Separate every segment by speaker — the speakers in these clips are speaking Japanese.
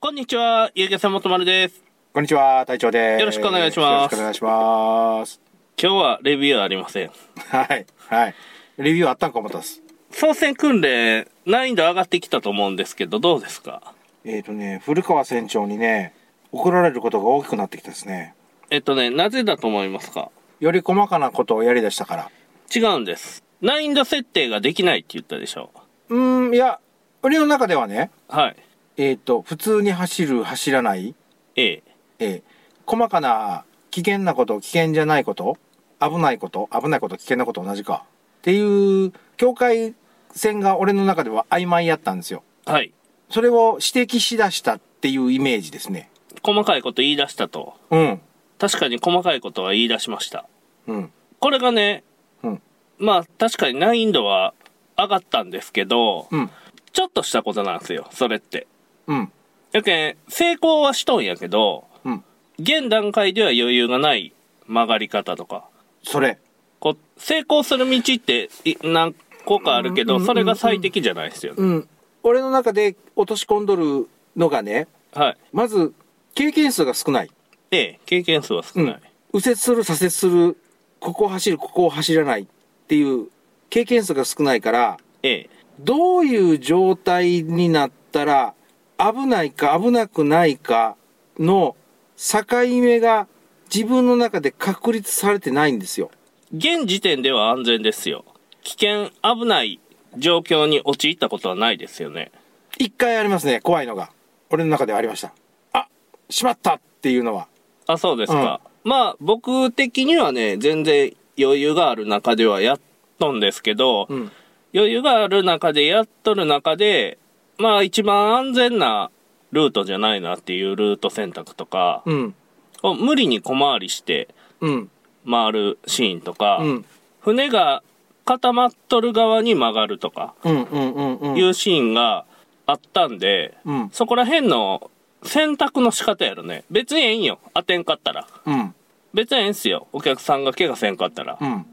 Speaker 1: こんにちは、ゆうげさんもとまるです。
Speaker 2: こんにちは、隊長です。
Speaker 1: よろしくお願いします
Speaker 2: よろしくお願いします。
Speaker 1: 今日はレビューはありません。
Speaker 2: はい、はい。レビューあったんか思ったっす。
Speaker 1: 操船訓練、難易度上がってきたと思うんですけど、どうですか
Speaker 2: えっ、ー、とね、古川船長にね、怒られることが大きくなってきたですね。
Speaker 1: えっとね、なぜだと思いますか
Speaker 2: より細かなことをやりだしたから。
Speaker 1: 違うんです。難易度設定ができないって言ったでしょ。
Speaker 2: うーん、いや、俺の中ではね、
Speaker 1: はい。
Speaker 2: えっ、と、普通に走る、走らない、
Speaker 1: ええ。
Speaker 2: えー細かな危険なこと、危険じゃないこと、危ないこと、危ないこと、危険なこと同じか。っていう、境界線が俺の中では曖昧やったんですよ。
Speaker 1: はい。
Speaker 2: それを指摘しだしたっていうイメージですね。
Speaker 1: 細かいこと言い出したと。
Speaker 2: うん。
Speaker 1: 確かに細かいことは言い出しました。
Speaker 2: うん。
Speaker 1: これがね、
Speaker 2: うん。
Speaker 1: まあ確かに難易度は上がったんですけど、
Speaker 2: うん。
Speaker 1: ちょっとしたことなんですよ、それって。
Speaker 2: うん。
Speaker 1: やけん、成功はしとんやけど、
Speaker 2: うん。
Speaker 1: 現段階では余裕がない曲がり方とか、
Speaker 2: それ。
Speaker 1: こう、成功する道ってい何個かあるけど、それが最適じゃないですよね。
Speaker 2: うん。俺の中で落とし込んどるのがね、
Speaker 1: はい。
Speaker 2: まず、経験数が少ない。
Speaker 1: ええ、経験数は少ない。
Speaker 2: 右折する、左折する、ここを走る、ここを走らないっていう経験数が少ないから、
Speaker 1: ええ、
Speaker 2: どういう状態になったら、危ないか危なくないかの境目が自分の中で確立されてないんですよ。
Speaker 1: 現時点では安全ですよ。危険、危ない状況に陥ったことはないですよね。
Speaker 2: 一回ありますね怖いのが俺の中ではありましたあしまったっていうのは
Speaker 1: あ、そうですか。まあ、僕的にはね、全然余裕がある中ではやっとんですけど、
Speaker 2: うん
Speaker 1: 余裕がある中でやっとる中でまあ一番安全なルートじゃないなっていうルート選択とか
Speaker 2: うん
Speaker 1: を無理に小回りして
Speaker 2: うん
Speaker 1: 回るシーンとか、
Speaker 2: うん
Speaker 1: 船が固まっとる側に曲がるとか
Speaker 2: うんうんうんうん
Speaker 1: いうシーンがあったんで、
Speaker 2: うん
Speaker 1: そこら辺の選択の仕方やろね別にええんよ当てんかったら
Speaker 2: うん
Speaker 1: 別にええんすよお客さんが怪我せんかったら、
Speaker 2: うん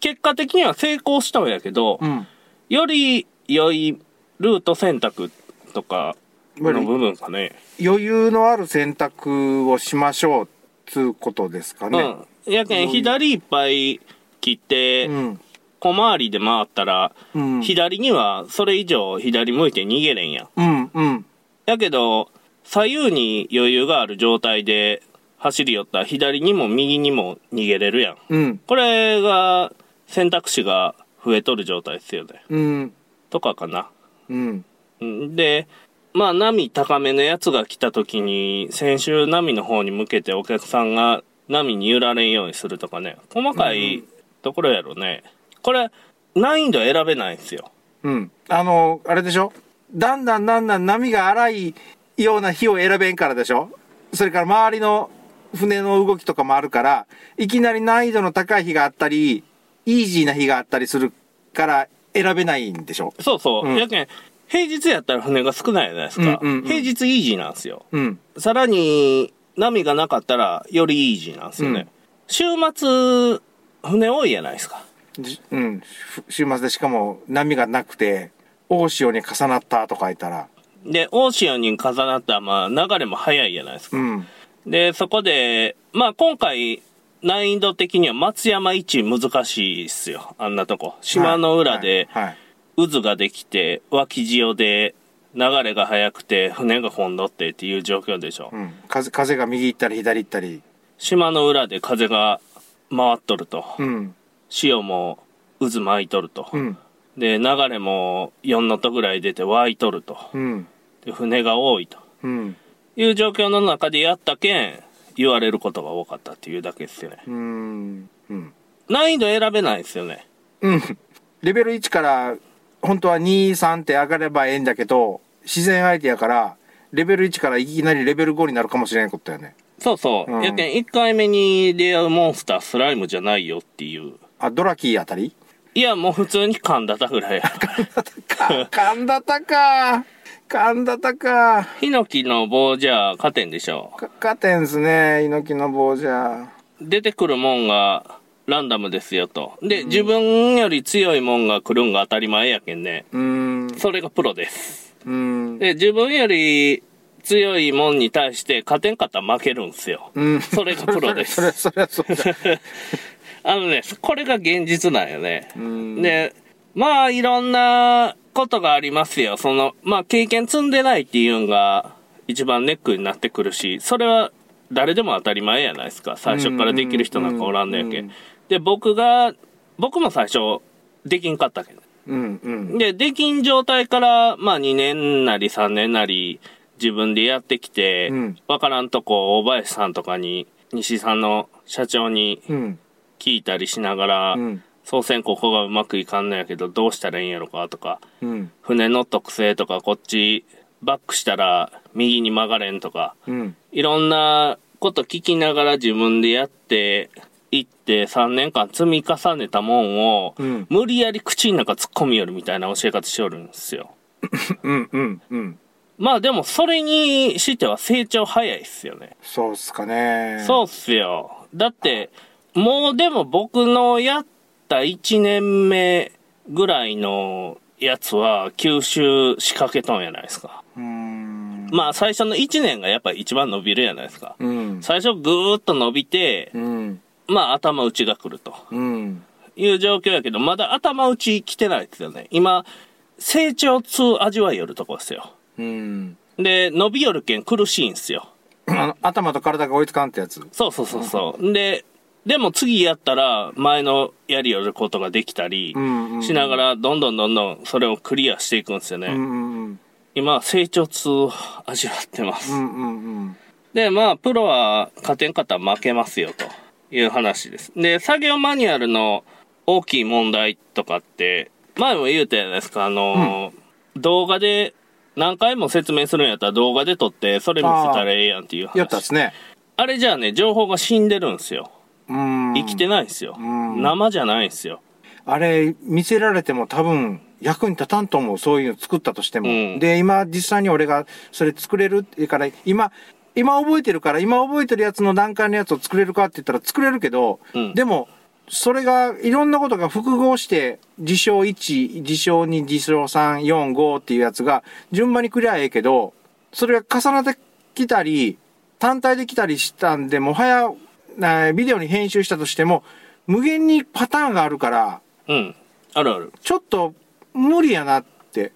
Speaker 1: 結果的には成功したんやけど、
Speaker 2: うん
Speaker 1: より良いルート選択とかの部分かね。
Speaker 2: 余裕のある選択をしましょうつうことですか
Speaker 1: う
Speaker 2: ね
Speaker 1: ん。やけん、左いっぱい切って、
Speaker 2: うん
Speaker 1: 小回りで回ったら、
Speaker 2: うん
Speaker 1: 左にはそれ以上左向いて逃げれんやん。
Speaker 2: うんうん
Speaker 1: やけど、左右に余裕がある状態で走り寄ったら左にも右にも逃げれるやん。
Speaker 2: うん
Speaker 1: これが選択肢が増えとる状態ですよね。
Speaker 2: うん
Speaker 1: とかかな。
Speaker 2: うん
Speaker 1: うんでまあ波高めのやつが来た時に先週波の方に向けてお客さんが波に揺られんようにするとかね細かいところやろね、これ難易度選べないんですよ
Speaker 2: うんあのあれでしょだんだんだんだん波が荒いような日を選べんからでしょそれから周りの船の動きとかもあるからいきなり難易度の高い日があったりイージーな日があったりするから選べないんでしょ
Speaker 1: そうそう、
Speaker 2: うん
Speaker 1: やけん平日やったら船が少ないじゃないですか、
Speaker 2: うんうんうん
Speaker 1: 平日イージーなんですよ
Speaker 2: うん
Speaker 1: さらに波がなかったらよりイージーなんですよね、週末船多いじゃないですか
Speaker 2: じうんふ週末でしかも波がなくて大潮に重なったとか言ったら
Speaker 1: でオーシアンに重なったらまあ流れも早いじゃないですか、
Speaker 2: うん
Speaker 1: で、そこで、まあ今回、難易度的には松山一難しいっすよ。あんなとこ。島の裏で
Speaker 2: はいはい
Speaker 1: 渦ができて、脇潮で流れが速くて、船が混んどってっていう状況でしょ。
Speaker 2: うん、風風が右行ったり左行ったり
Speaker 1: 島の裏で風が回っとると。
Speaker 2: うん
Speaker 1: 潮も渦巻いとると。
Speaker 2: うん
Speaker 1: で、流れも4ノットぐらい出て湧いとると。
Speaker 2: うん
Speaker 1: で、船が多いと
Speaker 2: うん
Speaker 1: いう状況の中でやったけん、言われることが多かったっていうだけですよね。
Speaker 2: うんうん
Speaker 1: 難易度選べないですよね。
Speaker 2: うん。レベル1から、本当は2、3って上がればええんだけど、自然相手やから、レベル1からいきなりレベル5になるかもしれんことやね。
Speaker 1: そうそう。
Speaker 2: うん
Speaker 1: やけん、1回目に出会うモンスター、スライムじゃないよっていう。
Speaker 2: あ、ドラキーあたり
Speaker 1: いや、もう普通に神田田ぐらいや。
Speaker 2: か、 神田タか。神田タか。
Speaker 1: ヒノキの棒じゃ勝てんでしょ
Speaker 2: か、勝てんすね、猪木の棒じゃ。
Speaker 1: う。出てくるもんがランダムですよと。で、自分より強いもんが来るんが当たり前やけんね。
Speaker 2: うーん、う
Speaker 1: それがプロです。
Speaker 2: ーん、
Speaker 1: で、自分より強いもんに対して勝てんかったら負けるんすよ。
Speaker 2: うん。
Speaker 1: それがプロです
Speaker 2: それそれそれそれ
Speaker 1: あのね、これが現実なんよね。
Speaker 2: うん。
Speaker 1: で、まあいろんなことがありますよ。その、まあ経験積んでないっていうんが一番ネックになってくるし、それは誰でも当たり前やないですか。最初からできる人なんかおらんのや
Speaker 2: う
Speaker 1: け
Speaker 2: ん。
Speaker 1: で、僕が、僕も最初できんかったけど。
Speaker 2: うんうん。
Speaker 1: で、できん状態から、まあ2年なり3年なり自分でやってきて
Speaker 2: うん、
Speaker 1: わ、からんとこ大林さんとかに、西井さんの社長に
Speaker 2: うん。
Speaker 1: 聞いたりしながら、
Speaker 2: うん。
Speaker 1: 操船ここがうまくいかんのやけどどうしたらいいんやろかとか
Speaker 2: うん。
Speaker 1: 船の特性とかこっちバックしたら右に曲がれんとか
Speaker 2: うん。
Speaker 1: いろんなこと聞きながら自分でやっていって3年間積み重ねたもんを、
Speaker 2: うん
Speaker 1: 無理やり口の中突っ込みよるみたいな教え方しよるんですよ
Speaker 2: うん。うん。うん。
Speaker 1: まあでもそれにしては成長早いっすよね
Speaker 2: そうっすかね。
Speaker 1: そうっすよ。だって、もうでも僕のやった1年目ぐらいのやつは吸収仕掛けとんやないですか。
Speaker 2: うーん。
Speaker 1: まあ最初の1年がやっぱ一番伸びるやないですか。
Speaker 2: うん。
Speaker 1: 最初ぐーっと伸びて
Speaker 2: う、ん。
Speaker 1: まあ頭打ちが来ると
Speaker 2: うん。
Speaker 1: いう状況やけど、まだ頭打ち来てないですよね。今、成長痛味わいよるとこですよ。
Speaker 2: うん。
Speaker 1: で、伸びよるけん苦しいんすよ。
Speaker 2: あの、頭と体が追いつかんってやつ。
Speaker 1: そうそうそうそう。で、でも次やったら前のやりよることができたり
Speaker 2: うんうん
Speaker 1: しながらどんどんどんどんそれをクリアしていくんですよね。
Speaker 2: うんうん
Speaker 1: 今は成長痛を味わってま
Speaker 2: う
Speaker 1: す。
Speaker 2: んうんうん
Speaker 1: で、まあプロは勝てんかったら負けますよという話です。で、作業マニュアルの大きい問題とかって前も言うたじゃないですか、あのー、動画で何回も説明するんやったら動画で撮ってそれ見せたらええやんっていう話。
Speaker 2: やったっすね
Speaker 1: あれじゃあね、情報が死んでるんですよ。
Speaker 2: うん
Speaker 1: 生きてないんですよ、
Speaker 2: うん
Speaker 1: 生じゃないんですよ
Speaker 2: あれ見せられても多分役に立たんと思うそういうの作ったとしても、
Speaker 1: うん
Speaker 2: で今実際に俺がそれ作れるって言うから今今覚えてるから今覚えてるやつの段階のやつを作れるかって言ったら作れるけど、
Speaker 1: うん
Speaker 2: でもそれがいろんなことが複合して事象1事象2事象345っていうやつが順番にクリアええけどそれが重なってきたり単体できたりしたんでもはやなビデオに編集したとしても無限にパターンがあるから
Speaker 1: うんあるある
Speaker 2: ちょっと無理やなって。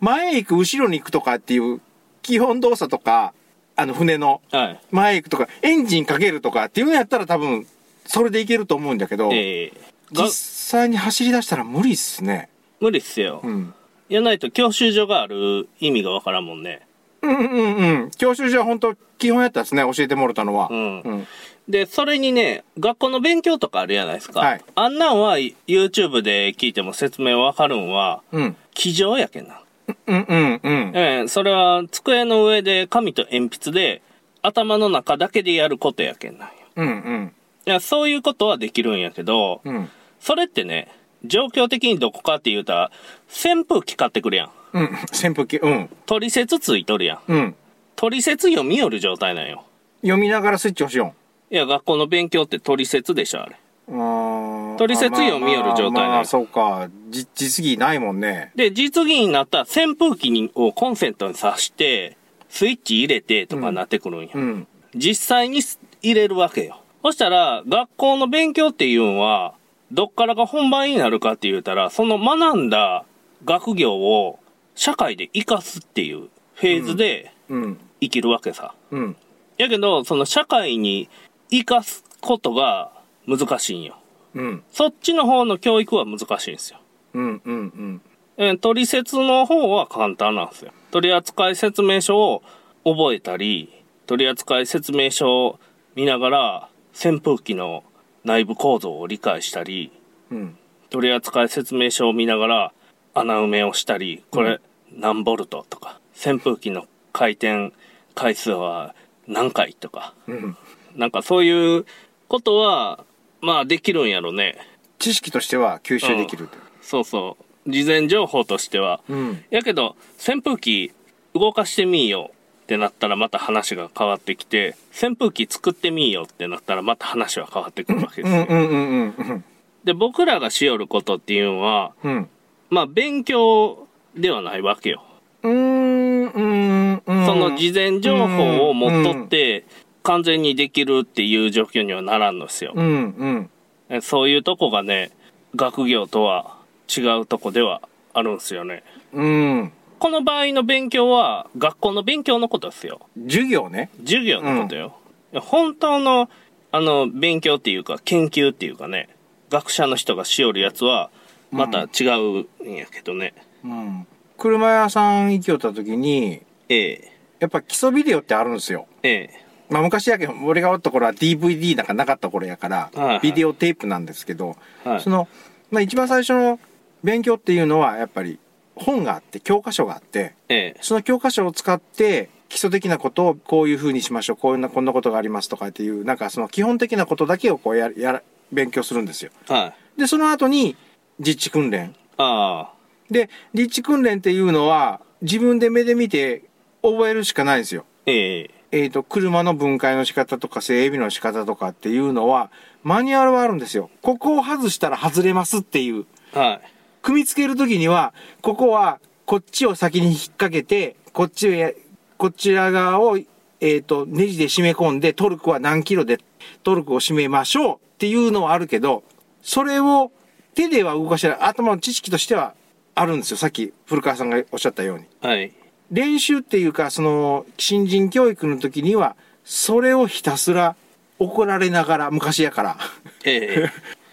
Speaker 2: 前へ行く、後ろに行くとかっていう基本動作とか、あの船の
Speaker 1: はい
Speaker 2: 前へ行くとか、エンジンかけるとかっていうのやったら多分、それでいけると思うんだけど、
Speaker 1: えーが
Speaker 2: 実際に走り出したら無理っすね。
Speaker 1: 無理っすよ、
Speaker 2: うん。
Speaker 1: やないと教習所がある意味がわからんもんね
Speaker 2: うんうんうん。教習所は本当基本やったですね、教えてもらったのは。
Speaker 1: うん
Speaker 2: うん。
Speaker 1: でそれにね学校の勉強とかあるじゃないですか、
Speaker 2: はい
Speaker 1: あんなんは YouTube で聞いても説明わかるんは
Speaker 2: うん。
Speaker 1: 机上やけんな、
Speaker 2: うんうんうん。
Speaker 1: ええそれは机の上で紙と鉛筆で頭の中だけでやることやけんなんよ
Speaker 2: うんうん。
Speaker 1: いやそういうことはできるんやけど、
Speaker 2: うん。
Speaker 1: それってね状況的にどこかって言うたら扇風機買ってくるやん
Speaker 2: うん。扇風機、うん。
Speaker 1: 取説ついとるやん
Speaker 2: うん。
Speaker 1: 取説読みよる状態なんよ
Speaker 2: 読みながらスイッチ押しよ
Speaker 1: いや学校の勉強って取説でしょあれ
Speaker 2: う。うん。
Speaker 1: 取説読みよる状態なの
Speaker 2: まあまあ、そうか。じ実技ないもんね。
Speaker 1: で実技になったら扇風機にをコンセントに挿してスイッチ入れてとかなってくるんや、
Speaker 2: うん。
Speaker 1: 実際にす入れるわけよそしたら学校の勉強っていうのはどっからが本番になるかって言うたらその学んだ学業を社会で生かすっていうフェーズで
Speaker 2: うん。
Speaker 1: 生きるわけさ、
Speaker 2: うん。
Speaker 1: やけど、その社会に生かすことが難しいんよ。
Speaker 2: うん。
Speaker 1: そっちの方の教育は難しいんですよ。
Speaker 2: うん。うん。
Speaker 1: えー取説の方は簡単なんですよ。取扱説明書を覚えたり、取扱説明書を見ながら扇風機の内部構造を理解したり、
Speaker 2: うん。
Speaker 1: 取扱説明書を見ながら穴埋めをしたりこれ何ボルトとか扇風機の回転回数は何回とか
Speaker 2: うん。
Speaker 1: なんかそういうことはまあできるんやろね
Speaker 2: 知識としては吸収できると。
Speaker 1: そうそう事前情報としては
Speaker 2: うん。
Speaker 1: やけど扇風機動かしてみいよってなったらまた話が変わってきて扇風機作ってみいよってなったらまた話は変わってくるわけで
Speaker 2: う
Speaker 1: す
Speaker 2: ん。
Speaker 1: よ
Speaker 2: うん。うん。うん。
Speaker 1: で僕らがしよることっていうのは
Speaker 2: うん。
Speaker 1: まあ勉強ではないわけよ。
Speaker 2: うん。うん。うん。
Speaker 1: その事前情報を持っとって、完全にできるっていう状況にはならんのですよ。
Speaker 2: うんうん
Speaker 1: えそういうとこがね、学業とは違うとこではあるんですよね。
Speaker 2: うん
Speaker 1: この場合の勉強は、学校の勉強のことですよ。
Speaker 2: 授業ね
Speaker 1: 授業のことよ。本当の、あの、勉強っていうか、研究っていうかね、学者の人がしおるやつは、また違うんやけどね。
Speaker 2: うん車屋さん行きよった時に
Speaker 1: ええ、
Speaker 2: やっぱ基礎ビデオってあるんですよ
Speaker 1: ええ、
Speaker 2: まあ昔やけど俺がおった頃は DVD なんかなかった頃やから、
Speaker 1: はいはい
Speaker 2: ビデオテープなんですけど、
Speaker 1: はい
Speaker 2: そ。の、まあ、一番最初の勉強っていうのはやっぱり本があって教科書があって
Speaker 1: ええ、
Speaker 2: その教科書を使って基礎的なことをこういう風にしましょうこういうなこんなことがありますとかっていうなんかその基本的なことだけをこうややら勉強するんですよ。
Speaker 1: はい。
Speaker 2: でその後に実地訓練
Speaker 1: あ
Speaker 2: で実地訓練っていうのは自分で目で見て覚えるしかないんですよ。
Speaker 1: あ、ええ、
Speaker 2: えー、と車の分解の仕方とか整備の仕方とかっていうのはマニュアルはあるんですよ。ここを外したら外れますっていう
Speaker 1: はい。
Speaker 2: 組み付ける時にはここはこっちを先に引っ掛けてこっちをやこちら側を、えー、とネジで締め込んでトルクは何キロでトルクを締めましょうっていうのはあるけどそれを手では動かしてない頭の知識としてはあるんですよさっき古川さんがおっしゃったように。
Speaker 1: はい。
Speaker 2: 練習っていうかその新人教育の時にはそれをひたすら怒られながら昔やから。
Speaker 1: ええ、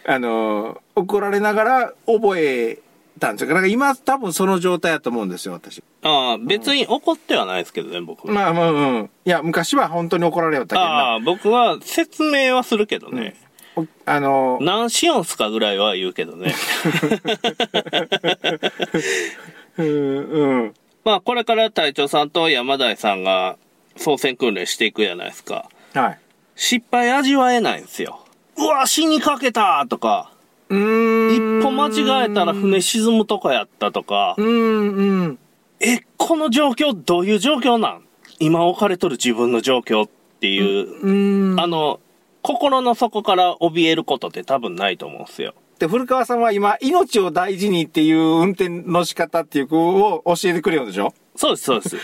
Speaker 2: あの怒られながら覚えたんですよ。だから今多分その状態だと思うんですよ、私。
Speaker 1: ああ、別に怒ってはないですけどね、僕。
Speaker 2: まあまあうん。いや、昔は本当に怒られよったけどな
Speaker 1: ああ、僕は説明はするけどね。
Speaker 2: おあの、
Speaker 1: 何しよんすかぐらいは言うけどね。
Speaker 2: うん、うん。
Speaker 1: まあ、これから隊長さんと山台さんが操船訓練していくじゃないですか。
Speaker 2: はい。
Speaker 1: 失敗味わえないんですよ。うわ、死にかけたとか、
Speaker 2: うーん。
Speaker 1: 一歩間違えたら船沈むとかやったとか
Speaker 2: う、ん、うん。
Speaker 1: え、この状況どういう状況なん今置かれとる自分の状況っていう、
Speaker 2: うん。
Speaker 1: あの、心の底から怯えることって多分ないと思うんですよ。
Speaker 2: で、古川さんは今、命を大事にっていう運転の仕方っていうのを教えてくれるんでしょ
Speaker 1: そうです、そうです。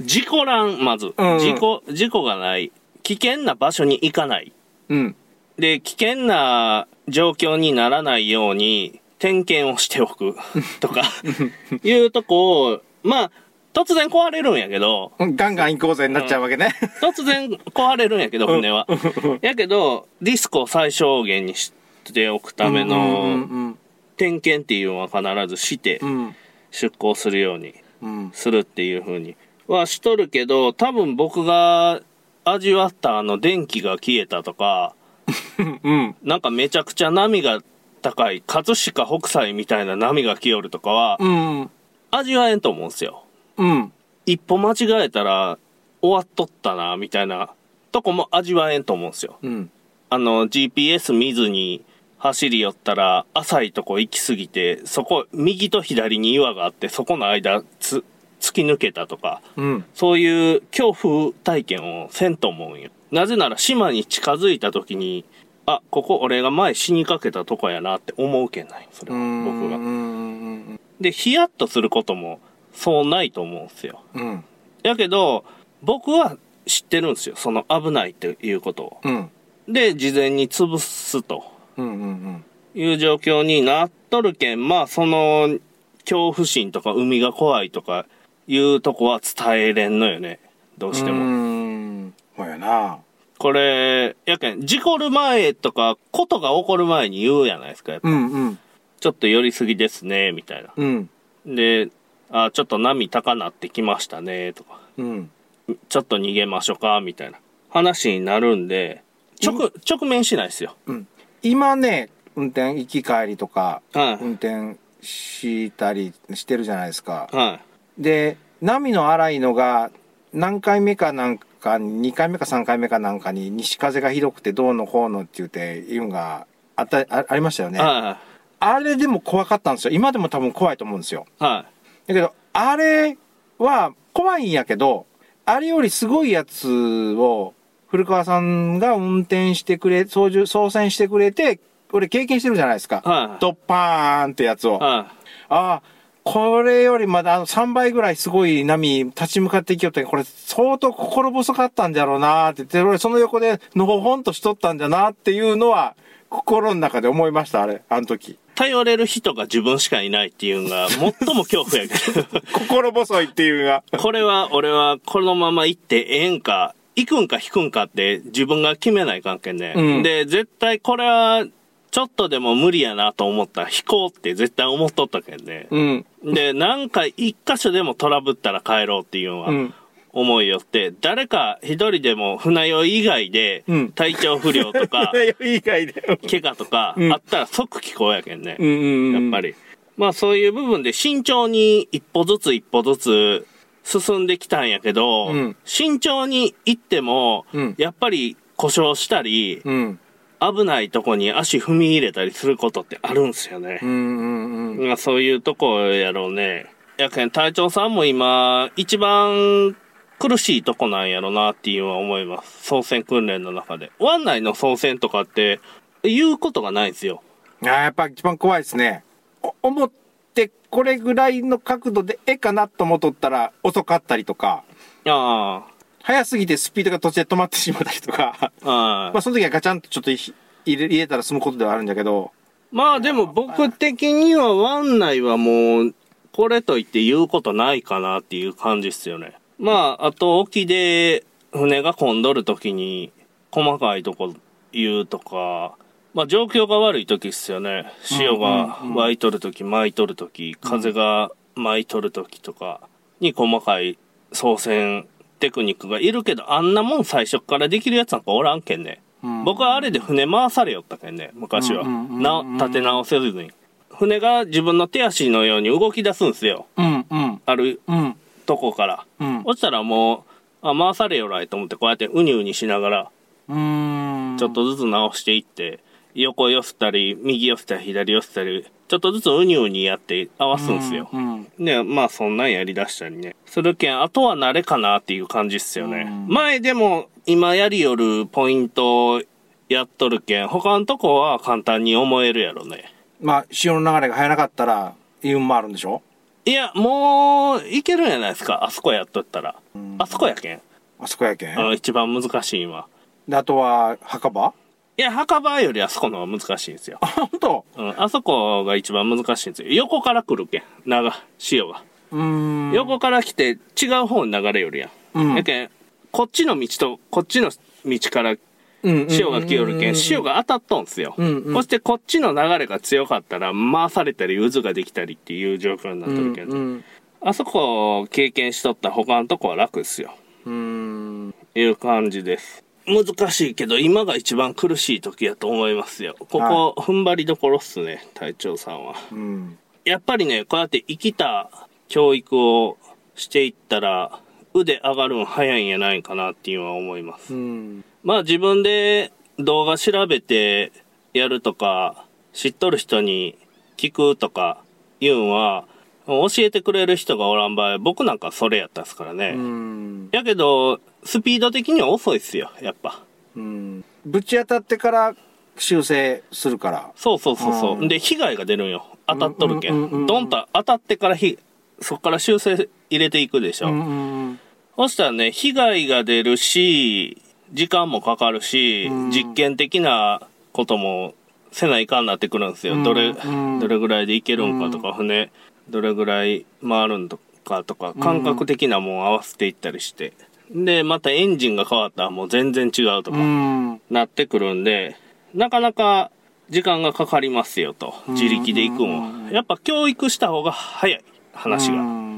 Speaker 1: 事故欄、まず。
Speaker 2: うん
Speaker 1: 事故、事故がない。危険な場所に行かない。
Speaker 2: うん。
Speaker 1: で、危険な状況にならないように、点検をしてお く。とか、いうとこを、まあ、突然壊れるんやけど、
Speaker 2: うんガンガン行こうぜになっちゃうわけね。
Speaker 1: 突然壊れるんやけど、船 は。やけど、リスクを最小限にしておくため
Speaker 2: うん、
Speaker 1: の、
Speaker 2: うん、
Speaker 1: 点検っていうのは必ずして
Speaker 2: う、ん。
Speaker 1: 出航するように
Speaker 2: うん。
Speaker 1: するっていう風にはしとるけど多分僕が味わったあの電気が消えたとか
Speaker 2: うん。うん。
Speaker 1: なんかめちゃくちゃ波が高い葛飾北斎みたいな波が消えるとかは
Speaker 2: うん。
Speaker 1: 味わえんと思うんすよ
Speaker 2: うん。
Speaker 1: 一歩間違えたら終わっとったなみたいなとこも味わえんと思うんすよ
Speaker 2: うん。
Speaker 1: あの GPS 見ずに走り寄ったら浅いとこ行き過ぎてそこ右と左に岩があってそこの間つ突き抜けたとか
Speaker 2: うん。
Speaker 1: そういう恐怖体験をせんと思うんよ。なぜなら島に近づいた時に、あ、ここ俺が前死にかけたとこやなって思うけんない。それは僕
Speaker 2: う
Speaker 1: が。
Speaker 2: ん
Speaker 1: で、ヒヤッとすることもそうないと思うんすよ。
Speaker 2: うん
Speaker 1: やけど、僕は知ってるんですよ。その危ないっていうことを。
Speaker 2: うん
Speaker 1: で、事前に潰すと
Speaker 2: うんうん
Speaker 1: いう状況になっとるけん、まあその恐怖心とか海が怖いとかいうとこは伝えれんのよね。どうしても。
Speaker 2: もほやな
Speaker 1: これ、やけん、事故る前とか、ことが起こる前に言うやないですか。やっぱ
Speaker 2: うんうん
Speaker 1: ちょっと寄りすぎですね、みたいな。
Speaker 2: うん
Speaker 1: で、あ、ちょっと波高なってきましたね、とか、
Speaker 2: うん
Speaker 1: ちょっと逃げましょうか、みたいな話になるんで、直、直面しないですよ。
Speaker 2: うん今ね運転行き帰りとか
Speaker 1: はい。
Speaker 2: 運転したりしてるじゃないですか
Speaker 1: は
Speaker 2: で波の荒いのが何回目かなんか2回目か3回目かなんかに西風がひどくてどうのこうのって言って言うんがあったあありましたよ
Speaker 1: い。
Speaker 2: ね
Speaker 1: は
Speaker 2: あれでも怖かったんですよ今でも多分怖いと思うんですよ
Speaker 1: い。は
Speaker 2: だけど、あれは怖いんやけど、あれよりすごいやつを古川さんが運転してくれ、操縦、操船してくれて、俺経験してるじゃないです
Speaker 1: は
Speaker 2: か。
Speaker 1: い
Speaker 2: ドッパーンってやつを。
Speaker 1: い。は
Speaker 2: ああ、これよりまだあの3倍ぐらいすごい波立ち向かってきよったけどこれ相当心細かったんじゃろうなーって言って、俺その横でのほほんとしとったんだなっていうのは、心の中で思いました、あれ、あの時。
Speaker 1: 頼れる人が自分しかいないっていうのが最も恐怖やけど
Speaker 2: 心細いっていうのが。
Speaker 1: これは俺はこのまま行ってええんか行くんか引くんかって自分が決めない関係ね、
Speaker 2: うん
Speaker 1: で絶対これはちょっとでも無理やなと思ったら引こうって絶対思っとったけんね、
Speaker 2: うん。
Speaker 1: でなんか一箇所でもトラブったら帰ろうっていうのは、
Speaker 2: うん。
Speaker 1: 思いよって、誰か一人でも船酔い以外で
Speaker 2: うん、
Speaker 1: 体調不良と か、
Speaker 2: 以外で。
Speaker 1: 怪我とか
Speaker 2: うん
Speaker 1: あったら即聞こうやけんね
Speaker 2: う。んうん
Speaker 1: や
Speaker 2: うん。
Speaker 1: っぱ。り。まあそういう部分で慎重に一歩ずつ一歩ずつ進んできたんやけど
Speaker 2: うん、
Speaker 1: 慎重に行っても
Speaker 2: うん、
Speaker 1: やっぱり故障したり、
Speaker 2: うん。
Speaker 1: 危ないとこに足踏み入れたりすることってあるんすよね
Speaker 2: う。んうんうん。
Speaker 1: まあそういうとこやろうね。やけん、隊長さんも今、一番苦しいとこなんやろなっていうのは思います。操船訓練の中で。湾内の操船とかって、言うことがないんですよ。
Speaker 2: あーやっぱ一番怖いですね。お思って、これぐらいの角度でええかなと思っとったら遅かったりとか、
Speaker 1: あ
Speaker 2: 速すぎてスピードが途中で止まってしまったりとか、
Speaker 1: あ、あ
Speaker 2: ま
Speaker 1: あ
Speaker 2: あ。その時はガチャンとちょっとひ入れ入れたら済むことではあるんだけど、
Speaker 1: まあでも僕的には湾内はもう、これといって言うことないかなっていう感じっすよね。まあ、あと沖で船が混んどる時に細かいとこ言うとか、まあ状況が悪い時っすよね。潮が湧いとる時、巻いとる時、風が巻いとる時とかに細かい操船テクニックがいるけど、あんなもん最初からできるやつなんかおらんけんね。
Speaker 2: うん
Speaker 1: 僕はあれで船回されよったけんね昔は、
Speaker 2: うんうんうんうん
Speaker 1: な立て直せずに船が自分の手足のように動き出すんすよ
Speaker 2: うんうん
Speaker 1: ある
Speaker 2: うん
Speaker 1: とこから
Speaker 2: うん
Speaker 1: 落ちたらもうあ回されよらいと思ってこうやってウニウニしながら
Speaker 2: うん
Speaker 1: ちょっとずつ直していって、横寄せたり右寄せたり左寄せたりちょっとずつウニウニやって合わすんすよ、
Speaker 2: うん
Speaker 1: ねまあそんなんやりだしたりね。するけん、あとは慣れかなっていう感じっすよね。
Speaker 2: うん
Speaker 1: 前でも今やりよるポイントやっとるけん、他のとこは簡単に思えるやろね。
Speaker 2: まあ潮の流れが入らなかったら言うんもあるんでしょ
Speaker 1: いや、もういけるんやないですか、あそこやっとったら。
Speaker 2: ん
Speaker 1: あそこやけん。
Speaker 2: あそこやけん
Speaker 1: あの、一番難しい今。
Speaker 2: であとは墓場
Speaker 1: いや、墓場よりあそこの方が難しいんですよ。
Speaker 2: あ本当
Speaker 1: うん、あそこが一番難しいんですよ。横から来るけん、長、潮が。
Speaker 2: うーん
Speaker 1: 横から来て違う方に流れよるやん。
Speaker 2: うん
Speaker 1: やけん、こっちの道とこっちの道から潮が来よるけん、潮が当たっとんすよ。
Speaker 2: うんうん
Speaker 1: そしてこっちの流れが強かったら回されたり渦ができたりっていう状況になっ
Speaker 2: う
Speaker 1: とる
Speaker 2: ん
Speaker 1: けど、
Speaker 2: うん
Speaker 1: あそこを経験しとった他のとこは楽っすよ。
Speaker 2: うん
Speaker 1: いう感じです。難しいけど今が一番苦しい時やと思いますよ。ここ踏ん張りどころっすね、隊長さんは。
Speaker 2: うん
Speaker 1: やっぱりね、こうやって生きた教育をしていったら腕上がるん早いんやないかなっていうのは思います。
Speaker 2: うん
Speaker 1: まあ自分で動画調べてやるとか、知っとる人に聞くとかいうんは、教えてくれる人がおらん場合、僕なんかそれやったっすからね。
Speaker 2: うん
Speaker 1: やけど、スピード的には遅いっすよ、やっぱ。
Speaker 2: うんぶち当たってから修正するから
Speaker 1: そうそうそうそう。
Speaker 2: うん
Speaker 1: で、被害が出るんよ。当たっとるけん。
Speaker 2: うんうんうんうん
Speaker 1: ドンと当たってからひ、そっから修正入れていくでしょ。
Speaker 2: うん
Speaker 1: そしたらね、被害が出るし、時間もかかるし、
Speaker 2: うん
Speaker 1: 実験的なこともせないかんなってくるんですよ。
Speaker 2: うん
Speaker 1: どれ、
Speaker 2: うん
Speaker 1: どれぐらいでいけるんかとか、船、どれぐらい回るんかとか、感覚的なもん合わせていったりして。で、またエンジンが変わったらもう全然違うと
Speaker 2: う
Speaker 1: か、
Speaker 2: ん
Speaker 1: なってくるんで、なかなか時間がかかりますよと、自力で行くもん。やっぱ教育した方が早い、話が。
Speaker 2: うん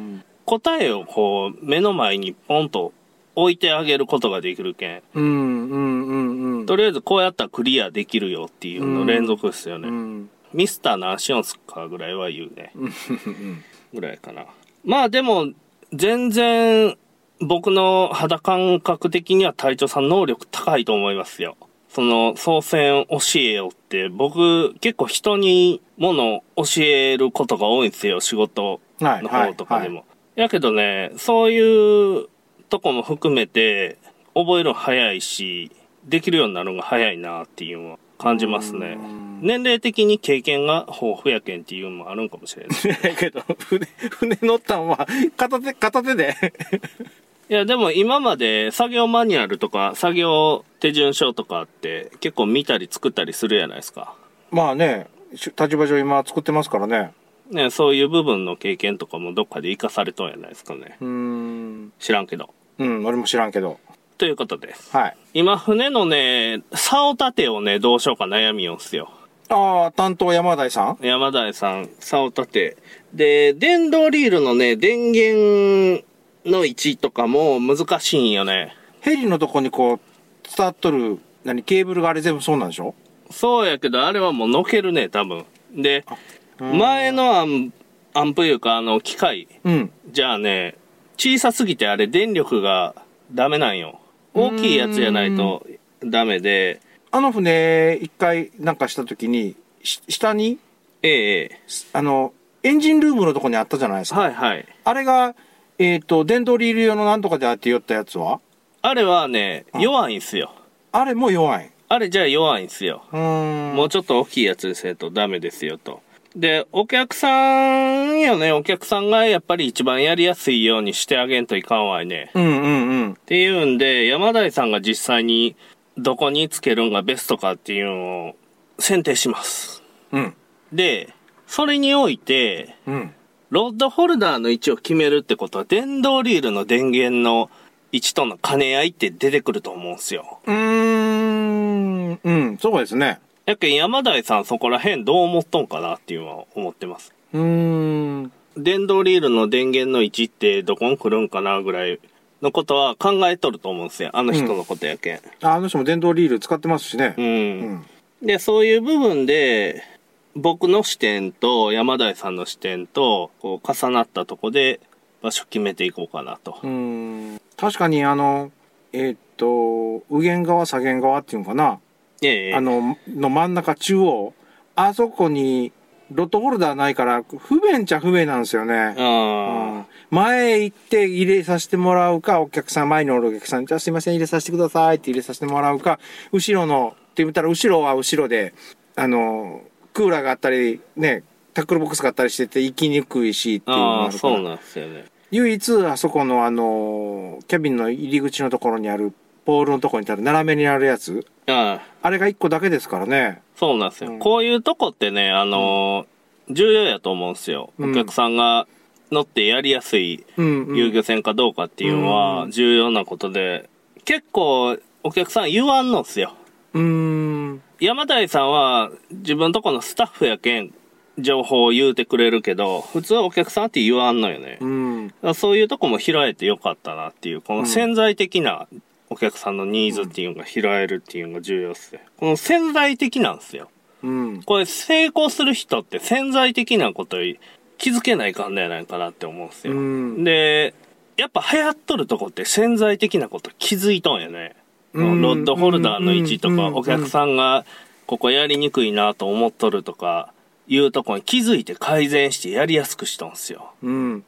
Speaker 1: 答えをこう目の前にポンと置いてあげることができるけん
Speaker 2: うんうんうんうん
Speaker 1: とりあえずこうやったらクリアできるよっていうの連続ですよね、
Speaker 2: うん
Speaker 1: ミスター何しよんすかぐらいは言うね
Speaker 2: うん
Speaker 1: ぐらいかなまあでも全然僕の肌感覚的には隊長さん能力高いと思いますよその操船教えよって僕結構人にもの教えることが多いんですよ仕事
Speaker 2: はい
Speaker 1: の方とかでも、やけどねそういうとこも含めて覚えるの早いしできるようになるのが早いなっていうのは感じますね
Speaker 2: うん
Speaker 1: 年齢的に経験が豊富やけんっていうのもあるんかもしれない。
Speaker 2: や けど、船、船乗ったんは、片手、片手で。
Speaker 1: いや、でも今まで作業マニュアルとか作業手順書とかって結構見たり作ったりするじゃないですか。
Speaker 2: まあね、し立場上今作ってますからね。
Speaker 1: ね、そういう部分の経験とかもどっかで活かされとんやないですかね。
Speaker 2: うーん。
Speaker 1: 知らんけど。
Speaker 2: うん、俺も知らんけど。
Speaker 1: ということです。
Speaker 2: はい。
Speaker 1: 今船のね、竿立てをね、どうしようか悩みよんすよ。
Speaker 2: ああ、担当山台さん
Speaker 1: 山田さん、竿立て。で、電動リールのね、電源の位置とかも難しいんよね。
Speaker 2: ヘリのとこにこう、伝わっとる、何、ケーブルがあれ全部そうなんでしょ
Speaker 1: そうやけど、あれはもうのけるね、多分。で、前のアン、アンプいうか、あの、機械。
Speaker 2: うん。
Speaker 1: じゃあね、小さすぎてあれ電力がダメなんよ。大きいやつじゃないとダメで、
Speaker 2: あの船、一回なんかした時に、し下に、
Speaker 1: えええ
Speaker 2: すあの、エンジンルームのとこにあったじゃないです
Speaker 1: え
Speaker 2: か。
Speaker 1: はいはい。
Speaker 2: あれが、えっ、と、電動リール用のなんとかであって言ったやつは
Speaker 1: あれはね、弱いんすよ。
Speaker 2: あれも弱い。
Speaker 1: あれじゃあ弱いんすよ。
Speaker 2: うーん。
Speaker 1: もうちょっと大きいやつにせんとダメですよと。で、お客さんよね、お客さんがやっぱり一番やりやすいようにしてあげんといかんわいね。
Speaker 2: うんうんうん。
Speaker 1: っていうんで、山台さんが実際にどこにつけるんがベストかっていうのを選定します。
Speaker 2: うん。
Speaker 1: で、それにおいて、
Speaker 2: うん。
Speaker 1: ロッドホルダーの位置を決めるってことは、電動リールの電源の位置との兼ね合いって出てくると思うんすよ。
Speaker 2: うーん。うん。そうですね。
Speaker 1: やけん山台さんそこら辺どう思っとんかなっていうのは思ってます。
Speaker 2: うーん。
Speaker 1: 電動リールの電源の位置ってどこに来るんかなぐらいのことは考えとると思うんすよ。あの人のことやけん。
Speaker 2: ああの人も電動リール使ってますしね。
Speaker 1: うん。
Speaker 2: うん。
Speaker 1: で、そういう部分で、僕の視点と山台さんの視点とこう重なったとこで場所決めていこうかなと
Speaker 2: う。ーん。確かにあの、えーっと、右舷側、左舷側っていうのかな。
Speaker 1: ええ
Speaker 2: あの、の真ん中中央。あそこに、ロットホルダーないから、不便っちゃ不便なんですよね。う
Speaker 1: あ
Speaker 2: ん前行って入れさせてもらうか、お客さん、前におるお客さんに、じゃあすいません、入れさせてくださいって入れさせてもらうか、後ろの、って言ったら、後ろは後ろで、あの、クーラーがあったり、ね、タックルボックスがあったりしてて、行きにくいしって
Speaker 1: あ、
Speaker 2: いうの
Speaker 1: あ
Speaker 2: があ
Speaker 1: あ、
Speaker 2: るか
Speaker 1: そ
Speaker 2: ら
Speaker 1: うなんですよね。
Speaker 2: 唯一、あそこの、あの、キャビンの入り口のところにある、ポールのところにある、斜めにあるやつ、
Speaker 1: ああ、
Speaker 2: あれが1個だけですからね。
Speaker 1: そうなんですよ。
Speaker 2: うん
Speaker 1: こういうとこってね、あのー重要やと思うんですよ。
Speaker 2: うん
Speaker 1: お客さんが乗ってやりやすい
Speaker 2: うん、うん。
Speaker 1: 遊漁船かどうかっていうのは
Speaker 2: うん
Speaker 1: 重要なことで、結構お客さん言わんのっすよ。
Speaker 2: うーん。
Speaker 1: 山谷さんは自分とこのスタッフやけん情報を言うてくれるけど普通はお客さんって言わんのよね
Speaker 2: う、ん。
Speaker 1: そういうとこも拾えてよかったなっていうこの潜在的なお客さんのニーズっていうのが拾えるっていうのが重要っすねこの潜在的なんですよ
Speaker 2: うん。
Speaker 1: これ成功する人って潜在的なことに気づけないかんじゃないかなって思うんですよ、
Speaker 2: うん
Speaker 1: でやっぱ流行っとるとこって潜在的なこと気づいとんよね、
Speaker 2: うん
Speaker 1: ロッドホルダーの位置とか、
Speaker 2: うん
Speaker 1: お客さんがここやりにくいなと思っとるとかいうとこに気づいて改善してやりやすくしとんすよ
Speaker 2: うん。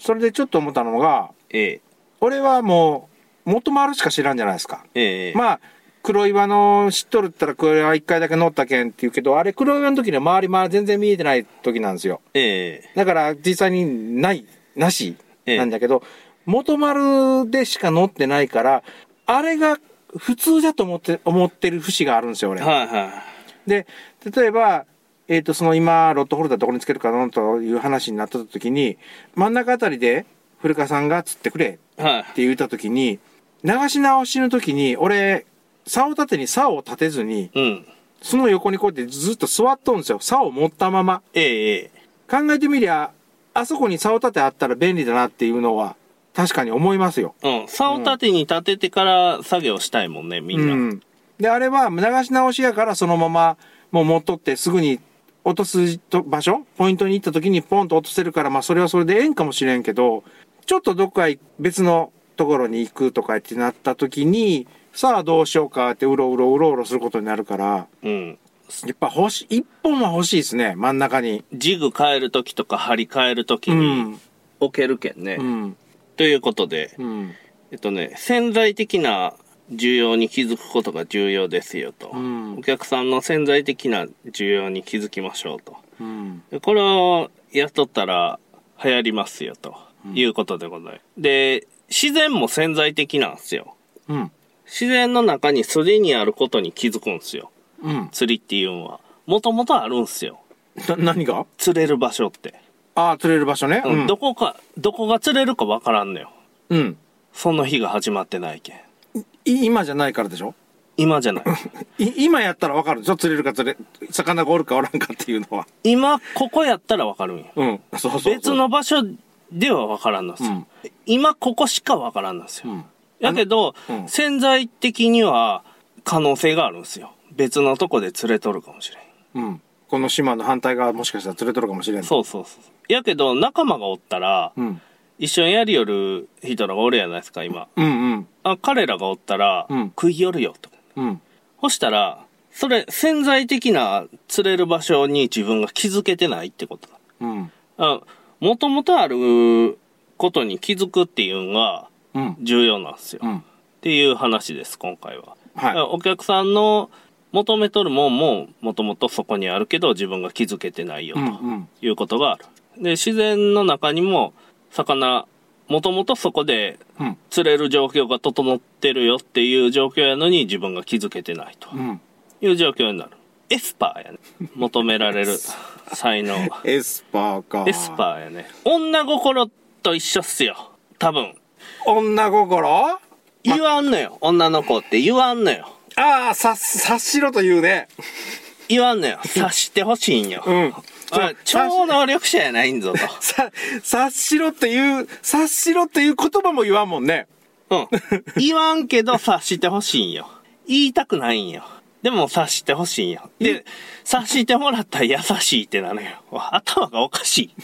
Speaker 2: それでちょっと思ったのが、
Speaker 1: え
Speaker 2: 俺はもう元丸しか知らんじゃないですか、
Speaker 1: えええ
Speaker 2: まあ黒岩の知っとるったら黒岩一回だけ乗ったけんって言うけどあれ黒岩の時には周り周り全然見えてない時なんですよ
Speaker 1: ええ
Speaker 2: だから実際にないなし
Speaker 1: ええ
Speaker 2: なんだけど、元丸でしか乗ってないからあれが普通だと思って思ってる節があるんですよ俺
Speaker 1: はいは
Speaker 2: で例えば、えー、とその今ロットホルダーどこにつけるかなという話になった時に真ん中あたりで古川さんが釣ってくれ
Speaker 1: いはい
Speaker 2: って言った時に流し直しの時に俺竿立てに竿を立てずに
Speaker 1: うん
Speaker 2: その横にこうやってずっと座っとるんですよ竿を持ったまま
Speaker 1: えええ
Speaker 2: 考えてみりゃあそこに竿立てあったら便利だなっていうのは確かに思いますよ
Speaker 1: えうん竿立てに立ててから作業したいもんねみ
Speaker 2: うん
Speaker 1: な、
Speaker 2: んであれは流し直しやからそのままもう持っとってすぐに落とすと場所ポイントに行った時にポンと落とせるからまあそれはそれでええんかもしれんけどちょっとどっか別のところに行くとかってなった時にさあどうしようかってうろうろうろうろすることになるから
Speaker 1: うん
Speaker 2: やっぱ欲し一本は欲しいですね真ん中に。
Speaker 1: ジグ変える時とか張り替える時
Speaker 2: う
Speaker 1: に
Speaker 2: ん
Speaker 1: 置けるけんね、
Speaker 2: うん
Speaker 1: ということで
Speaker 2: うん
Speaker 1: えっとね、潜在的な需要に気づくことが重要ですよと、
Speaker 2: うん
Speaker 1: お客さんの潜在的な需要に気づきましょうと
Speaker 2: うん
Speaker 1: でこれをやっとったら流行りますよということでございます、で自然も潜在的なんですよ
Speaker 2: うん
Speaker 1: 自然の中に筋にあることに気づくんですよ
Speaker 2: うん
Speaker 1: 釣りっていうのはもともとあるんですよ
Speaker 2: な何が
Speaker 1: 釣れる場所って、
Speaker 2: ああ釣れる場所ねう
Speaker 1: うん
Speaker 2: ん
Speaker 1: どこかどこが釣れるかわからんのよ
Speaker 2: うん
Speaker 1: その日が始まってないけん
Speaker 2: い今じゃないからでしょ
Speaker 1: 今 じゃない
Speaker 2: い今やったらわかるでしょ釣れるか釣れ魚がおるかおらんかっていうのは
Speaker 1: 今ここやったらわかるんよ
Speaker 2: うんそうそうそう
Speaker 1: 別の場所ではわからんのですよ、
Speaker 2: うん
Speaker 1: 今ここしかわからんのですよ、
Speaker 2: うん
Speaker 1: やけど、
Speaker 2: うん
Speaker 1: 潜在的には可能性があるんですよ別のとこで釣れとるかもしれん
Speaker 2: うんこの島の反対側もしかしたら釣れとるかもしれん
Speaker 1: そうそうそうやけど仲間がおったら、
Speaker 2: うん
Speaker 1: 一緒にやりよる人らがおるやないですか今
Speaker 2: うんうん
Speaker 1: あ彼らがおったら、
Speaker 2: うん
Speaker 1: 食い寄るよと
Speaker 2: うん
Speaker 1: そしたらそれ潜在的な釣れる場所に自分が気づけてないってことだ
Speaker 2: うん
Speaker 1: もともとあることに気づくっていうのが
Speaker 2: うん
Speaker 1: 重要なんですよ、
Speaker 2: う
Speaker 1: っ
Speaker 2: ん
Speaker 1: ていう話です今回は、だから
Speaker 2: は
Speaker 1: お客さんの求めとるもんももともとそこにあるけど自分が気づけてないよ
Speaker 2: いうん
Speaker 1: と
Speaker 2: うん
Speaker 1: いうことがある、で自然の中にも魚もともとそこで
Speaker 2: うん
Speaker 1: 釣れる状況が整ってるよっていう状況やのに自分が気づけてないと
Speaker 2: うん
Speaker 1: いう状況になるエスパー やね求められる才能は
Speaker 2: エスパーか
Speaker 1: エスパーやね女心と一緒っすよ多分
Speaker 2: 女心
Speaker 1: 言わんのよ女の子って言わんのよ
Speaker 2: ああさ察しろと言うね
Speaker 1: 言わんのよ察してほしいんよ、
Speaker 2: うん
Speaker 1: あ超能力者やないんぞ
Speaker 2: さ察しろっていう察しろっていう言葉も言わんもんね
Speaker 1: と、うん、言わんけど察してほしいんよ言いたくないんよでも察してほしいんよで察してもらったら優しいってなのよ頭がおかし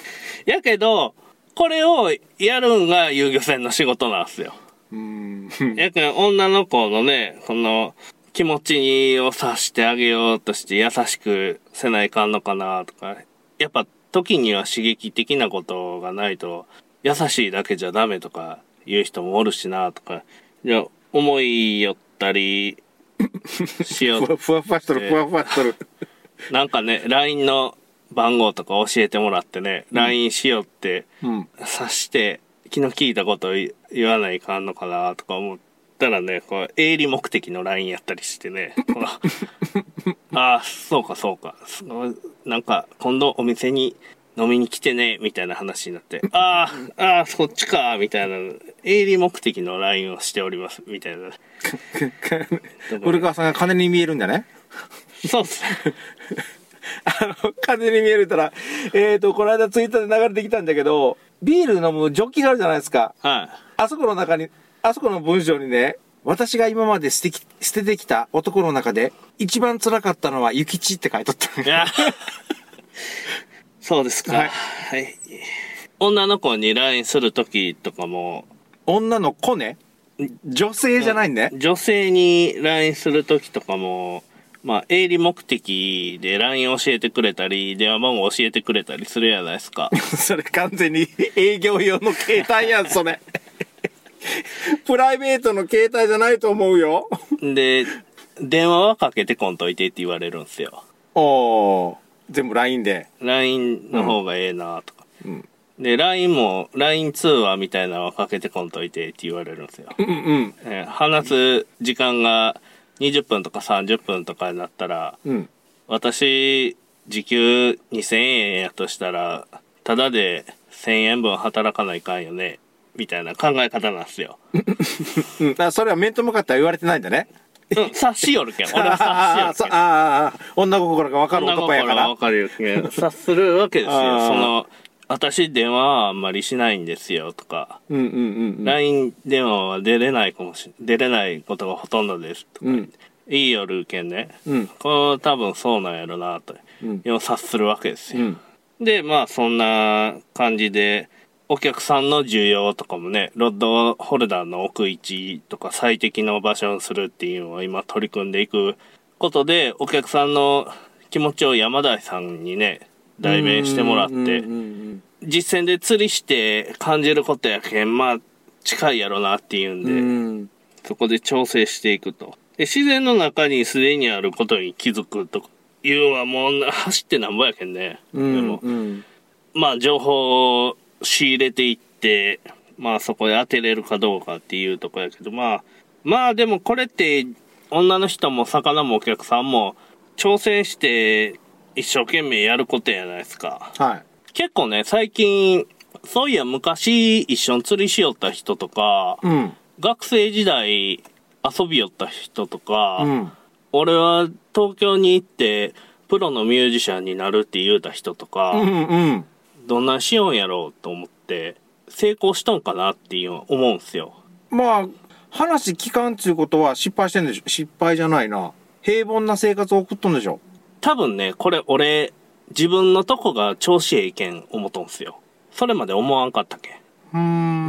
Speaker 1: いやけどこれをやるんが遊漁船の仕事なんすよ
Speaker 2: うーん
Speaker 1: やけん女の子のねこの気持ちを察してあげようとして優しくせないかんのかなとかやっぱ時には刺激的なことがないと優しいだけじゃダメとか言う人もおるしなとかいや思いよったりしよ
Speaker 2: ふ わ
Speaker 1: う
Speaker 2: ふわふわしと
Speaker 1: えー
Speaker 2: るふわふわしとる
Speaker 1: なんかね LINE の番号とか教えてもらってね、LINE しようって
Speaker 2: うん
Speaker 1: 察して気の利いたことを言言わないかんのかなとか思ったらねこう営利目的の LINE やったりしてねこのああそう かそうかそのなんか今度お店に飲みに来てねみたいな話になってああああそっちかみたいな営利目的の LINE をしておりますみたいな
Speaker 2: 古川さんが金に見えるんだね
Speaker 1: そうっすね
Speaker 2: あの風に見えるたら、えー、と、この間ツイッターで流れてきたんだけど、ビール飲むジョッキがあるじゃないですか。
Speaker 1: は
Speaker 2: あそこの中に、あそこの文章にね、私が今まで捨てき捨ててきた男の中で、一番辛かったのは諭吉って書いとった。
Speaker 1: いいや そうですか
Speaker 2: は
Speaker 1: はいい、女の子に LINE する時とかも
Speaker 2: 女の子ね。女性じゃないね。
Speaker 1: 女性に LINE する時とかもまあ営利目的で LINE 教えてくれたり電話番号教えてくれたりするやないです か
Speaker 2: それ完全に営業用の携帯やん、それ。 プライベートの携帯じゃないと思う よ。
Speaker 1: で電話はかけてこんといてって言われるんすよ
Speaker 2: おー、全部 LINE で。
Speaker 1: LINE の方がええなとか、
Speaker 2: うん
Speaker 1: で LINE も LINE 通話みたいなのはかけてこんといてって言われるんすよ、
Speaker 2: うんうん。
Speaker 1: えー話す時間が20分とか30分とかになったら
Speaker 2: うん。
Speaker 1: 私時給2000円やとしたらただで1000円分働かないかんよねみたいな考え方なんすよ。
Speaker 2: うん、あそれは面と向かっては言われてないんだね。
Speaker 1: うん、察しよるけん。俺は
Speaker 2: あ
Speaker 1: 察
Speaker 2: あ
Speaker 1: しよるけん。
Speaker 2: ああ、女心がわかる
Speaker 1: 女
Speaker 2: 男や
Speaker 1: 心
Speaker 2: か
Speaker 1: は
Speaker 2: ら
Speaker 1: わ。かるけん。察するわけですよ
Speaker 2: あ。ー
Speaker 1: その、私電話はあんまりしないんですよとか、
Speaker 2: うんうんうん。
Speaker 1: LINE 電話は出れないかもし、出れないことがほとんどですとか、
Speaker 2: うん
Speaker 1: 言いよるけんね。
Speaker 2: うん
Speaker 1: これ多分そうなんやろなと。
Speaker 2: うん
Speaker 1: 要は察するわけです
Speaker 2: う
Speaker 1: よ。
Speaker 2: ん。
Speaker 1: でまあそんな感じでお客さんの需要とかもねロッドホルダーの置く位置とか最適の場所にするっていうのを今取り組んでいくことでお客さんの気持ちを山田さんにね代弁してもらっ
Speaker 2: うんう
Speaker 1: て
Speaker 2: んうん
Speaker 1: 実践で釣りして感じることやけんまあ近いやろなっていうん
Speaker 2: うんう
Speaker 1: で
Speaker 2: ん
Speaker 1: そこで調整していくと。で、自然の中にすでにあることに気づくとかいうのはもうな走ってなんぼやけんね。
Speaker 2: うん
Speaker 1: でも
Speaker 2: うん
Speaker 1: まあ情報を仕入れていって、まあそこで当てれるかどうかっていうとこやけど、まあ、まあでもこれって女の人も魚もお客さんも挑戦して一生懸命やることやないですか。
Speaker 2: はい
Speaker 1: 結構ね、最近、そういや昔一緒に釣りしよった人とか、
Speaker 2: うん
Speaker 1: 学生時代遊びよった人とか、
Speaker 2: うん
Speaker 1: 俺は東京に行ってプロのミュージシャンになるって言うた人とか、
Speaker 2: うんうん
Speaker 1: どんなんしようんやろうと思って成功しとんかなっていう思うんすよ
Speaker 2: まあ話聞かんっちゅうことは失敗してんでしょ失敗じゃないな平凡な生活を送っとんでしょ
Speaker 1: 多分ねこれ俺自分のとこが調子ええけん思っとんすよそれまで思わんかったけん
Speaker 2: うー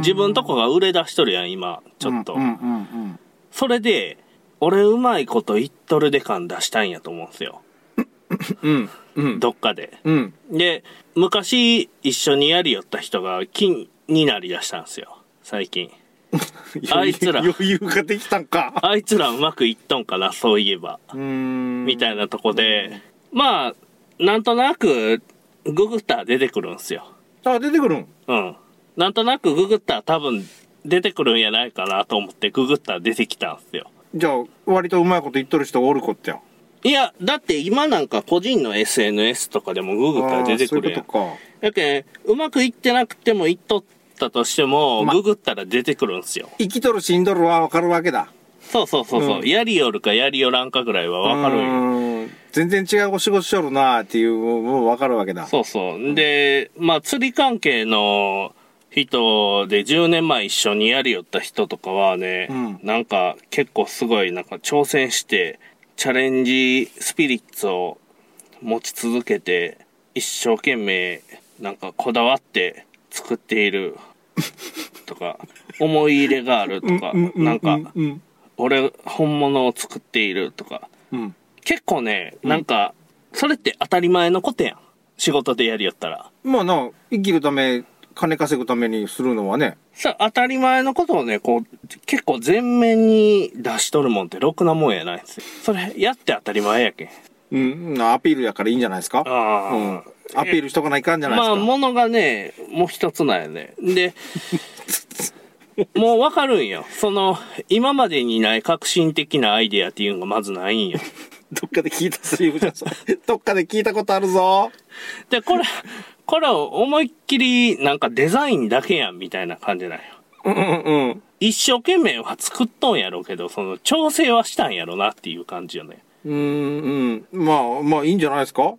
Speaker 2: ん
Speaker 1: 自分とこが売れ出しとるやん今ちょっと、
Speaker 2: うんうんうん
Speaker 1: それで俺うまいこと言っとるで感出したいんやと思うんすよ
Speaker 2: うんうん
Speaker 1: どっかで
Speaker 2: うん
Speaker 1: で昔一緒にやりよった人が金になりだしたんすよ最近あいつら
Speaker 2: 余裕ができたんか
Speaker 1: あいつらうまくいっとんかなそういえば
Speaker 2: うーん
Speaker 1: みたいなとこで、まあ、なんとなく、ググったら出てくるんすよ。
Speaker 2: あ出てくるん
Speaker 1: うん。なんとなくググったら多分出てくるんやないかなと思ってググったら出てきたんすよ。
Speaker 2: じゃあ割とうまいこと言っとる人がおる子ってや
Speaker 1: いや、だって今なんか個人の SNS とかでもググったら出てくるや
Speaker 2: あ
Speaker 1: ん
Speaker 2: ー。そういうこ
Speaker 1: だけど、うまくいってなくてもいっとったとしても、
Speaker 2: ま
Speaker 1: ググったら出てくるんすよ
Speaker 2: とか。生きとるしんどるは分かるわけだ
Speaker 1: そうそうそうそう、
Speaker 2: うん
Speaker 1: やりよるかやりよらんかぐらいはわかるんよ。
Speaker 2: る全然違うお仕事しよるなーっていうもう分かるわけだ
Speaker 1: そうそう。で、まあ、釣り関係の人で10年前一緒にやりよった人とかはね、
Speaker 2: うん
Speaker 1: なんか結構すごい、なんか挑戦して、チャレンジスピリッツを持ち続けて、一生懸命、なんかこだわって作っているとか、思い入れがあるとか、なんか、
Speaker 2: うん
Speaker 1: 俺本物を作っているとか、
Speaker 2: うん
Speaker 1: 結構ね、なんか、それって当たり前のことやん。仕事でやりよったら。
Speaker 2: まあな生きるため金稼ぐためにするのはね
Speaker 1: さ、当たり前のことをね、こう、結構全面に出しとるもんってろくなもんやないんですよ。それ、やって当たり前やけん。
Speaker 2: うんアピールやからいいんじゃないですか
Speaker 1: ああ
Speaker 2: うん、アピールしとかないかんじゃないです
Speaker 1: まあ、
Speaker 2: か、
Speaker 1: ものがね、もう一つなんやね。で、もうわかるんよ。その、今までにない革新的なアイデアっていうのがまずないんよ。
Speaker 2: どっかで聞いたセリフじゃんそれ どっかで聞いたことあるぞ
Speaker 1: で、これ、これを思いっきり、なんかデザインだけやんみたいな感じなんよ。
Speaker 2: うんうんうん
Speaker 1: 一生懸命は作っとんやろうけど、その調整はしたんやろなっていう感じよね。
Speaker 2: うーんうんまあまあいいんじゃないですか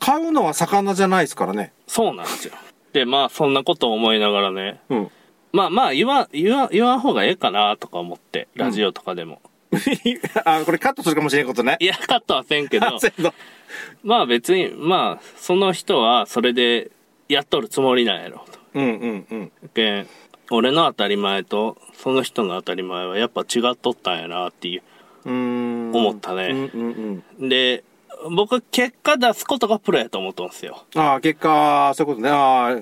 Speaker 2: 買うのは魚じゃないですからね
Speaker 1: そうなんですよ。で、まあそんなことを思いながらね、
Speaker 2: うん
Speaker 1: まあまあ言わん、言わん、言わん方がええかなとか思って、ラジオとかでも。
Speaker 2: あこれカットするかもしれんことね
Speaker 1: いや、カットはせんけど
Speaker 2: あ、せんぞ
Speaker 1: まあ別に、まあその人はそれでやっとるつもりなんやろと。
Speaker 2: うんうんうん
Speaker 1: けん、俺の当たり前とその人の当たり前はやっぱ違っとったんやなっていう
Speaker 2: うーん
Speaker 1: 思ったね。
Speaker 2: うんうんうん
Speaker 1: で、僕結果出すことがプロやと思ったんですよ。
Speaker 2: ああ結果そういうことねああ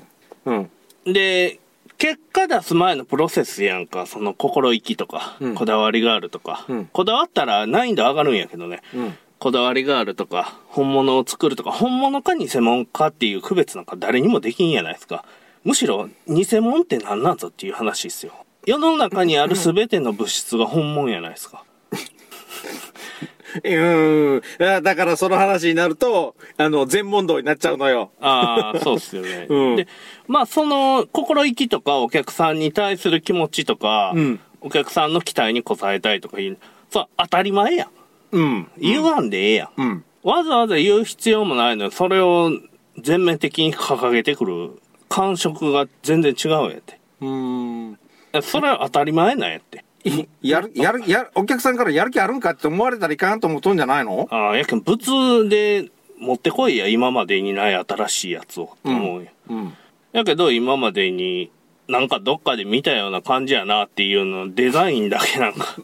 Speaker 2: うん
Speaker 1: で、結果出す前のプロセスやんか、その心意気とか、
Speaker 2: うん
Speaker 1: こだわりがあるとか、
Speaker 2: うん
Speaker 1: こだわったら難易度上がるんやけどね、
Speaker 2: うん
Speaker 1: こだわりがあるとか、本物を作るとか、本物か偽物かっていう区別なんか誰にもできんやないですか。むしろ、偽物って何なんぞっていう話ですよ。世の中にある全ての物質が本物やないですか。
Speaker 2: うーんあだからその話になるとあの全問答になっちゃうのよ
Speaker 1: ああ、そうっすよね。
Speaker 2: うん
Speaker 1: で、まあその心意気とかお客さんに対する気持ちとか、
Speaker 2: うん
Speaker 1: お客さんの期待に応えたいとかいう、そう、当たり前やん。
Speaker 2: うん
Speaker 1: 言わんでええやん。
Speaker 2: うん
Speaker 1: わざわざ言う必要もないのに、それを全面的に掲げてくる感触が全然違うんやって。
Speaker 2: うーん
Speaker 1: それは当たり前なんやって。
Speaker 2: やる、やる、やる、お客さんからやる気あるんかって思われたらいかんと思っとんじゃないの
Speaker 1: ああ、やけん、物で持ってこいや、今までにない新しいやつを。と思うよ。
Speaker 2: うん。
Speaker 1: やけど今までになんかどっかで見たような感じやなっていうのデザインだけなん か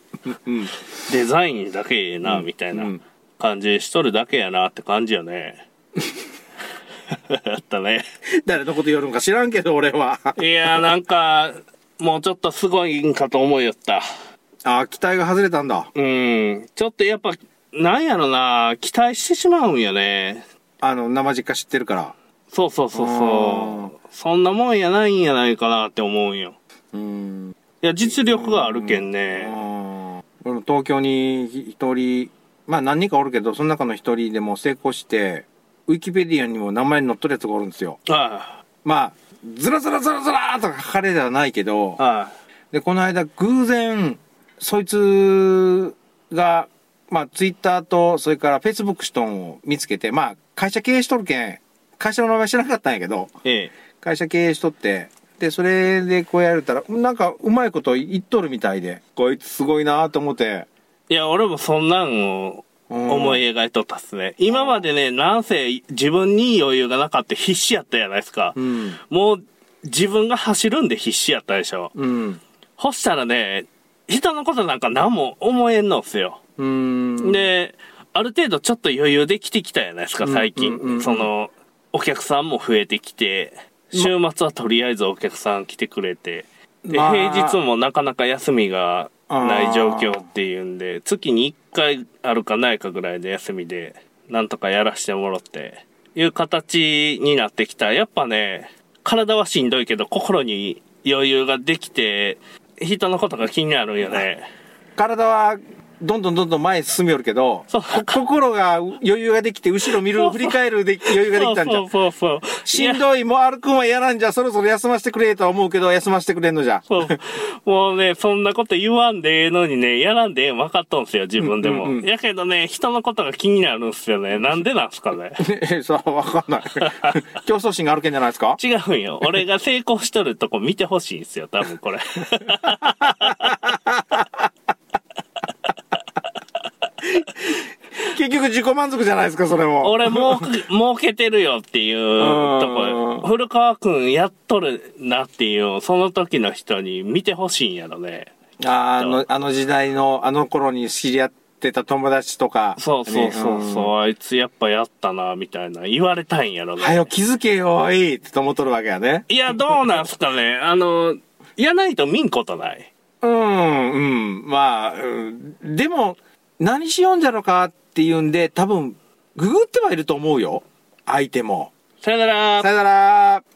Speaker 2: うん。
Speaker 1: デザインだけええなみたいな
Speaker 2: うん
Speaker 1: 感じしとるだけやなって感じや ねやったね
Speaker 2: 誰のこと言るんか知らんけど、俺は。
Speaker 1: いやーなんかもうちょっとすごいんかと思いよった
Speaker 2: あー機体が外れたんだ。
Speaker 1: うん、ちょっとやっぱ、なんやろな、期待してしまうんよね。
Speaker 2: あの、生実家知ってるから。
Speaker 1: そうそうそうそう。そんなもんやないんやないかなって思うんよ。
Speaker 2: うん。
Speaker 1: いや、実力があるけんね。
Speaker 2: あー俺も東京にひ一人、まあ何人かおるけど、その中の一人でも成功して、ウィキペディアにも名前に載っとるやつがおるんですよ。
Speaker 1: は
Speaker 2: まあ、ずらずらずらずらーとか書かれではないけど
Speaker 1: い。、は
Speaker 2: で、この間偶然、そいつが、まあツイッターと、それからフェイスブックしとんを見つけて、まあ会社経営しとるけん、会社の名前知らなかったんやけど、
Speaker 1: い。ええ。
Speaker 2: 会社経営しとって、で、それでこうやれたら、なんかうまいこと言っとるみたいで、こいつすごいなと思って、
Speaker 1: いや、俺もそんなんを
Speaker 2: うん
Speaker 1: 思い描いとったっすね。今までね、なんせ自分に余裕がなかった必死やったじゃないですか。
Speaker 2: うん。
Speaker 1: もう、自分が走るんで必死やったでしょ。
Speaker 2: うん。
Speaker 1: ほしたらね、人のことなんか何も思えんのっすよ。
Speaker 2: うん。
Speaker 1: で、ある程度ちょっと余裕できてきたじゃないですか、最近。
Speaker 2: うんうんうん
Speaker 1: その、お客さんも増えてきて、週末はとりあえずお客さん来てくれて、で、
Speaker 2: まあ
Speaker 1: 平日もなかなか休みがない状況っていうんで、月に1回あるかないかぐらいの休みで、なんとかやらしてもろって、いう形になってきた。やっぱね、体はしんどいけど、心に余裕ができて、人のことが気になるんよね。
Speaker 2: 体は、どんどんどんどん前へ進みよるけど、
Speaker 1: そう
Speaker 2: こ心が余裕ができて、後ろ見る、振り返るで余裕ができたんじゃ
Speaker 1: そ。うそうそう。
Speaker 2: しんどい、もう歩くんは嫌なんじゃ、そろそろ休ませてくれとは思うけど、休ませてくれんのじゃ。
Speaker 1: そう。もうね、そんなこと言わんでええのにね、やらんでええん分かっとんすよ、自分でも。
Speaker 2: うんうんうん
Speaker 1: やけどね、人のことが気になるんすよね。なんでなんすかね。
Speaker 2: え、そう、わ かんない。競争心があるけんじゃないですか
Speaker 1: 違うんよ。俺が成功しとるとこ見てほしいんすよ、多分これ。
Speaker 2: 結局自己満足じゃないですか、それも。
Speaker 1: 俺儲け、 儲けてるよっていうとこ、古川くんやっとるなっていう、その時の人に見てほしいんやろね。
Speaker 2: あーあの、あの時代の、あの頃に知り合ってた友達とか。
Speaker 1: そうそうそうそう、
Speaker 2: ね
Speaker 1: あいつやっぱやったな、みたいな。言われたいんやろ
Speaker 2: う
Speaker 1: ね。
Speaker 2: んはよ、気づけよ、おいって思っとるわけやね。
Speaker 1: いや、どうなんすかね。あの、やないと見んことない。
Speaker 2: うん、うん。まあ、うんでも、何しようんじゃろかっていうんで、多分、ググってはいると思うよ。相手も。
Speaker 1: さよなら
Speaker 2: さ。よなら。